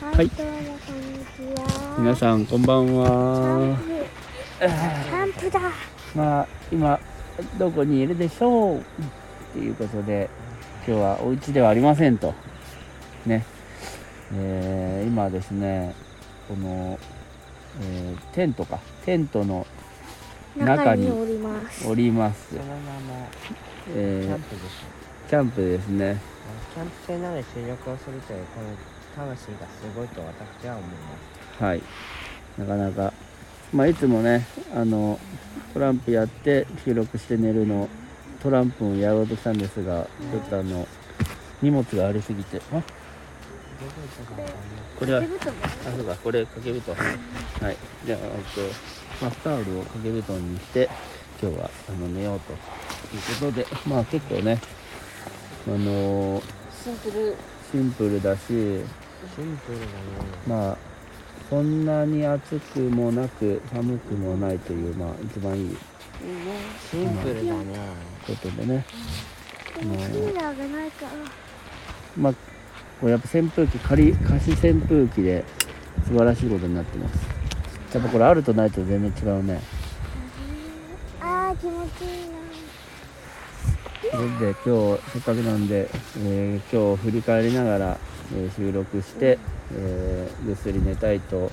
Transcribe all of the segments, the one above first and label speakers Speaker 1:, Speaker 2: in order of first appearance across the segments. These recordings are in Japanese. Speaker 1: はい
Speaker 2: どうもこんにちは。
Speaker 1: 皆さんこんばんは
Speaker 2: キャンプ。キャンプだ。
Speaker 1: まあ今どこにいるでしょうっていうことで今日はお家ではありませんとねえー今ですねこの、えーテントかテントの中
Speaker 2: 中
Speaker 1: に
Speaker 2: におります。
Speaker 1: おります
Speaker 3: そのままキ
Speaker 1: え
Speaker 3: ャン
Speaker 1: ー
Speaker 3: プでし
Speaker 1: キャンプですね
Speaker 3: ょ、キャンプ船などで収録をするというこの魂がすごいと私は思います
Speaker 1: はい、なかなか、まあ、いつもねあのトランプやって収録して寝るのトランプをやろうとしたんですがちょっとあの荷物がありすぎてあこれはあそうかこれ掛け布団はいじゃあえっとバスタオルを掛け布団にして今日はあの寝ようということでまあ結構ねあの
Speaker 2: シンプル。
Speaker 1: シンプルだし
Speaker 3: シンプルだね
Speaker 1: まあそんなに暑くもなく寒くもないというまあ一番いい
Speaker 3: シンプルだね
Speaker 1: ことでね、
Speaker 2: でもクーラーがないから。
Speaker 1: まあこれやっぱ扇風機仮貸し扇風機で素晴らしいことになってますやっぱこれあるとないと全然違うね
Speaker 2: あー気持ちいいな。
Speaker 1: ということで今日せっかくなんで、えー今日振り返りながら、えー収録して、えーぐっすり寝たいと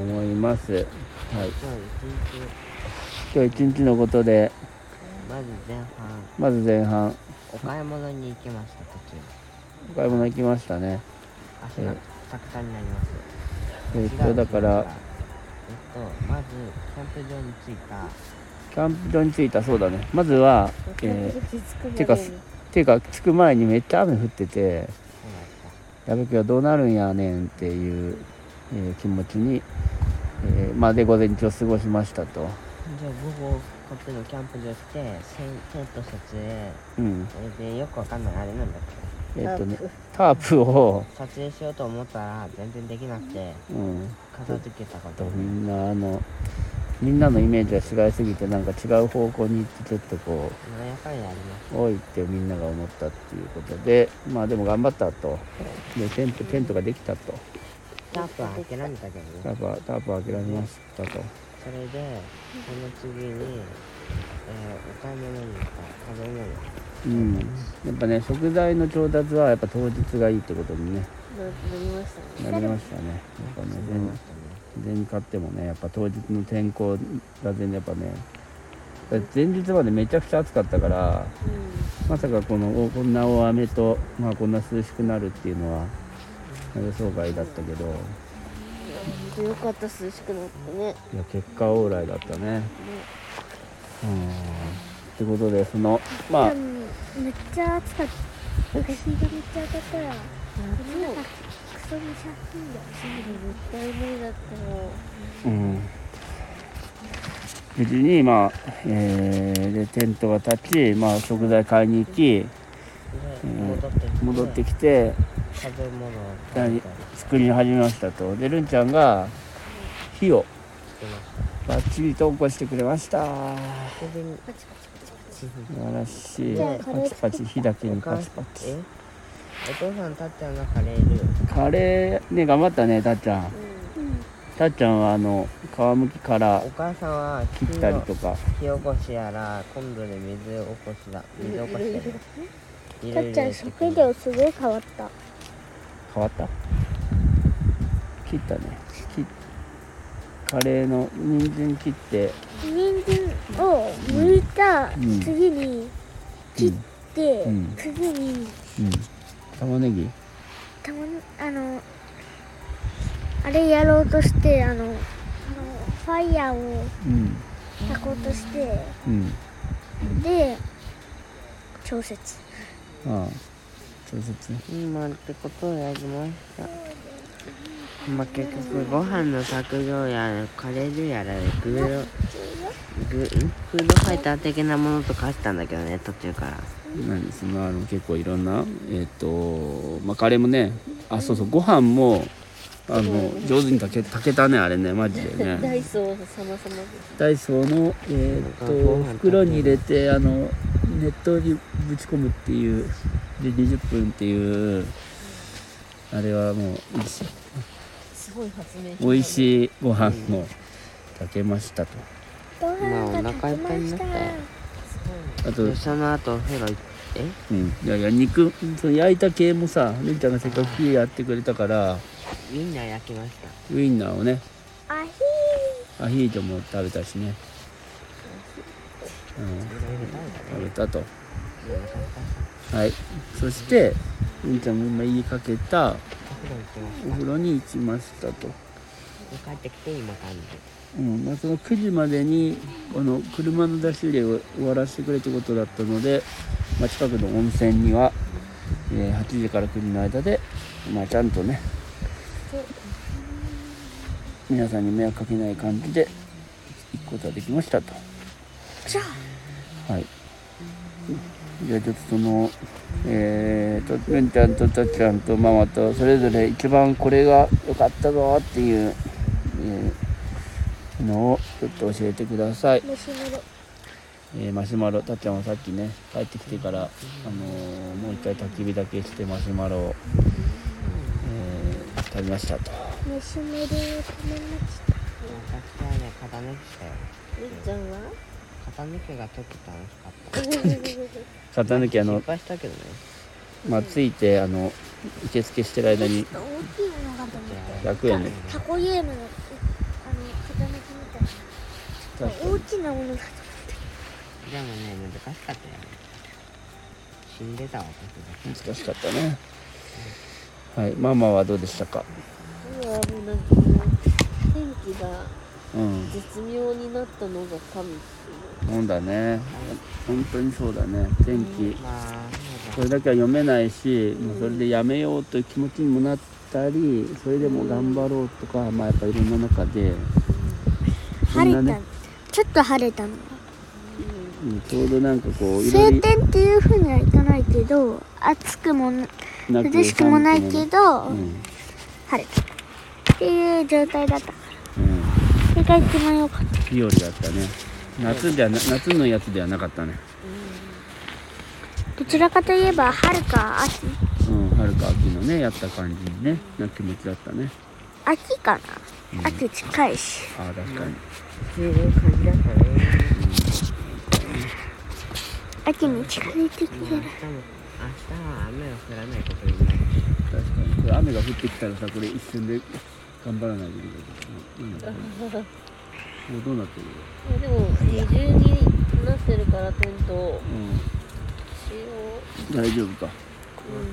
Speaker 1: 思います、はい、今
Speaker 3: 今日一日
Speaker 1: 日一日のことで
Speaker 3: まず前半
Speaker 1: まず前半
Speaker 3: お買い物に行きました途中
Speaker 1: お買い物行きましたね
Speaker 3: 足がたくさんになります
Speaker 1: えーっ
Speaker 3: 違
Speaker 1: と
Speaker 3: う
Speaker 1: だから
Speaker 3: 違うえっとまずキャンプ場に着いた
Speaker 1: キャンプ場に着いたそうだねまずは、えー、てかすてか着く前にめっちゃ雨降ってて
Speaker 3: そうだ
Speaker 1: やべきはどうなるんやねんっていう、えー気持ちに、えーまあで午前中を過ごしましたと、
Speaker 3: ったじゃあ午後こっちのキャンプ場してせんテント設営
Speaker 1: うん
Speaker 3: それでよくわかんないあれなんだっけ
Speaker 1: えっとね、タープを、
Speaker 3: 撮影しようと思ったら全然できなくて
Speaker 1: うん、
Speaker 3: 片付けたこと
Speaker 1: と
Speaker 3: に
Speaker 1: みんなあのみんなのイメージが違いすぎてなんか違う方向に行ってちょっとこ
Speaker 3: まあやっぱりありま
Speaker 1: うおいってみんなが思ったっていうことでまあでも頑張ったとでテントテントができたと
Speaker 3: すキャンプは諦めたけど
Speaker 1: タ
Speaker 3: ね
Speaker 1: ープはタープは諦めましたと。
Speaker 3: それでその次に、えーお買い物に行った食べ物
Speaker 1: うん、やっぱね食材の調達はやっぱ当日がいいってことに、ね、なりましたねやっぱね
Speaker 3: 食べましたね
Speaker 1: 全然買ってもねやっぱ当日の天候が全然やっぱねだって前日までめちゃくちゃ暑かったから、まさかこのおこんな大雨と、まあ、こんな涼しくなるっていうのは予想外だったけどい
Speaker 4: よかった涼しくなってね
Speaker 1: や結果オーライだったねうんってことでそのまあ
Speaker 2: めっちゃ暑かった。なんか日がめっちゃ当たったら、なんかクソにしゃってんだよ。
Speaker 4: 絶対無理だっても
Speaker 1: うん無事に、まあえーでテントが立ち、まあ、食材買いに行き
Speaker 3: で戻ってきて
Speaker 1: 戻ってきて
Speaker 3: 食べ物を
Speaker 1: だ
Speaker 3: 食べ
Speaker 1: い
Speaker 3: たり
Speaker 1: 作り始めましたとでるんちゃんが火を
Speaker 3: してまし
Speaker 1: バッチリと起こしてくれました
Speaker 3: たそれで
Speaker 4: パチパチパチパチ
Speaker 1: 素晴らしい
Speaker 2: じゃあ
Speaker 1: パチパチ火だけにパチパチ
Speaker 3: えお父さんたっちゃんがカレールー
Speaker 1: カレーね頑張ったねたっちゃん
Speaker 2: うん。
Speaker 1: たっちゃんはあの皮むきから
Speaker 3: お母さんは
Speaker 1: 切ったりとか
Speaker 3: 火起こしやらコンロで水起こしだ水起こしやらい
Speaker 2: た
Speaker 3: ろいろ
Speaker 2: っちゃ
Speaker 3: や
Speaker 2: ん
Speaker 3: ってく
Speaker 2: 食
Speaker 3: れる
Speaker 2: 料すごい変わった。
Speaker 1: 変わった切ったね切っカレーの人参切って
Speaker 2: 人参を剥いた
Speaker 1: うん
Speaker 2: 次に切って、
Speaker 1: うん
Speaker 2: 次に
Speaker 1: うん玉ねぎ
Speaker 2: たまにあのあれやろうとしてあのあのファイヤーを
Speaker 1: うん
Speaker 2: 炊こうとして
Speaker 1: うん
Speaker 2: で調節
Speaker 1: ああ調節ね
Speaker 3: 今ってことをやりましたまあ結局ご飯の作業やらカレールーやらでグーグーんフードファイター的なものとかしたんだけどね途中から
Speaker 1: なんですがあの結構いろんなえっ、とまあカレーもねあそうそうご飯もあの上手に炊け炊けたねあれねマジで
Speaker 4: うダ
Speaker 1: ね
Speaker 4: イソー様々
Speaker 1: ダイソーのえっ、と袋に入れてあの熱湯にぶち込むっていうで20分っていうあれはもう一
Speaker 4: すごい発明
Speaker 1: 美味しいご飯を炊けましたと
Speaker 2: ご飯
Speaker 3: まあ
Speaker 2: が
Speaker 3: お腹
Speaker 2: 炊
Speaker 3: いっ
Speaker 2: き
Speaker 3: ぱいに
Speaker 2: まし
Speaker 3: なったたよ
Speaker 1: あと
Speaker 3: でその後お風呂行ってえ
Speaker 1: うん、いやいや肉その焼いた系もさりんちゃんがせっかくやってくれたから
Speaker 3: ウインナー焼きました
Speaker 1: ウインナーをね
Speaker 2: アヒ
Speaker 1: アヒージョも食べたしね、うん、食べたとはいそしてりんちゃんも今言いかけた
Speaker 3: お風呂行って
Speaker 1: お
Speaker 3: ま
Speaker 1: 風呂に行きましたと、
Speaker 3: す帰ってきて今感じ
Speaker 1: うんまあ、その9時までにこの車の出し入れを終わらせてくれってことだったので、まあ、近くの温泉には、えー8時から9時の間で、まあ、ちゃんとね皆さんに迷惑かけない感じで行くことができましたと。
Speaker 2: じゃあ
Speaker 1: はい。じゃあちょっとその、えー、と、るんちゃんとたっちゃんとママと、それぞれ一番これが良かったぞっていう、えーのをちょっと教えてください。
Speaker 2: ーマシュマロ
Speaker 1: えーマシュマロ、たっちゃんはさっきね、帰ってきてから、あのーもう一回焚き火だけしてマシュマロを、えー食べましたと。
Speaker 2: マシュマロを食べました
Speaker 3: たくさんね肩抜きだよ
Speaker 4: りっちゃんは
Speaker 3: 肩抜きがちょっと楽しかった
Speaker 1: 片抜きあの
Speaker 3: 失、敗したけどね
Speaker 1: まあ、ついて、あの、受付してる間に
Speaker 2: 大きいのがと思っ
Speaker 1: 100円で、
Speaker 2: たタコゲームのあの傾きみたいな大きなものだ
Speaker 3: でもね難しかったよね死んでたわ
Speaker 1: 難しかったね。はい、ママはどうでしたか。
Speaker 4: うわもうなんかもう天気が
Speaker 1: うん、
Speaker 4: 絶妙になったのが神っていう
Speaker 1: そうだね。本当にそうだね。天気、
Speaker 3: まあそう
Speaker 1: これだけは読めないし、もうそれでやめようという気持ちにもなったり、それでも頑張ろうとか、まあやっぱいろんな中で、そ
Speaker 2: 晴
Speaker 1: ん
Speaker 2: れ
Speaker 1: な
Speaker 2: た
Speaker 1: ね、
Speaker 2: ちょっと晴れたの
Speaker 1: うんちょうどなんかこういろ
Speaker 2: 晴
Speaker 1: い
Speaker 2: 天っていうふうにはいかないけど暑くもな
Speaker 1: ろなく
Speaker 2: 涼しくもないけ
Speaker 1: 寒く
Speaker 2: ど、
Speaker 1: もうん、
Speaker 2: 晴れたっていう状態だった
Speaker 1: うん、
Speaker 2: それが一番良かった
Speaker 1: 日和だったね。夏じゃな夏のやつではなかったね。
Speaker 2: どちらかといえば春か秋
Speaker 1: うん、春か秋のねやった感じにね、な気持ちだったね。
Speaker 2: 秋かな秋近いし
Speaker 1: ああ確かに。
Speaker 3: 普通の感じだったね
Speaker 2: 秋に近づいてきて
Speaker 3: 明日も
Speaker 2: る
Speaker 3: 明日は雨が降らないことになる
Speaker 1: 確かにこれ雨が降ってきたらさこれ一瞬で頑張らないといけないけど、うん、もうどうなってるよ、
Speaker 4: まあでも二重になってるからテント使用
Speaker 1: うん、大丈夫か、
Speaker 3: っ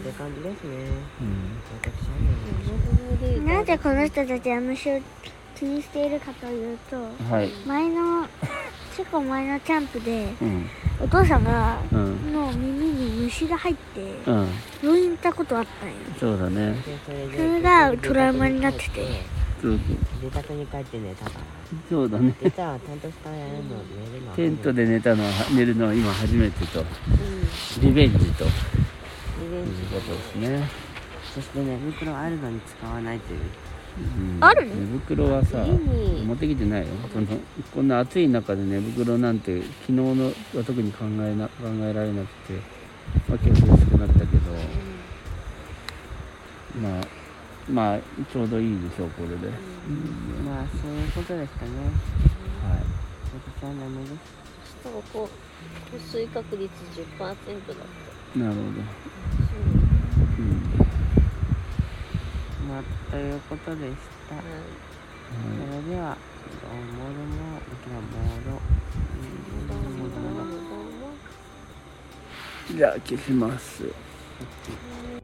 Speaker 3: て感じですね
Speaker 1: うん、
Speaker 3: 私
Speaker 2: なぜこの人たちは虫を気にしているかというと
Speaker 1: はい
Speaker 2: 前の結構前のキャンプで
Speaker 1: うん
Speaker 2: お父さんが
Speaker 1: うん
Speaker 2: の耳に虫が入って
Speaker 1: うん
Speaker 2: 病院行ったことあったんよ
Speaker 1: そうだね
Speaker 3: は
Speaker 2: それがトラウマになってて
Speaker 1: そう
Speaker 3: 自宅に帰って寝たから
Speaker 1: そうだね
Speaker 3: 実はちゃんとしたやるの寝るの
Speaker 1: テントで寝たのは寝るのは今初めてとリベンジという
Speaker 3: リベンジ
Speaker 1: ことですね、
Speaker 3: そして寝袋はあるのに使わないという
Speaker 1: うん、
Speaker 2: ある
Speaker 1: 寝袋はさ
Speaker 4: 家に
Speaker 1: 持ってきてないよこのこんな暑い中で寝袋なんて昨日のは特に考えな考えられなくて、まあ、今日涼しくなったけど、まあまあちょうどいいでしょうこれで、
Speaker 3: まあそういうことですかね
Speaker 1: はい
Speaker 3: 私は眠いです
Speaker 4: しかもこう降水確率10%だって。
Speaker 1: なるほど、うん
Speaker 3: まあということでした、そ
Speaker 1: は
Speaker 3: れではどうもどうもどうもどうもどうもどうもどうも
Speaker 1: い、じゃあ消します
Speaker 4: うん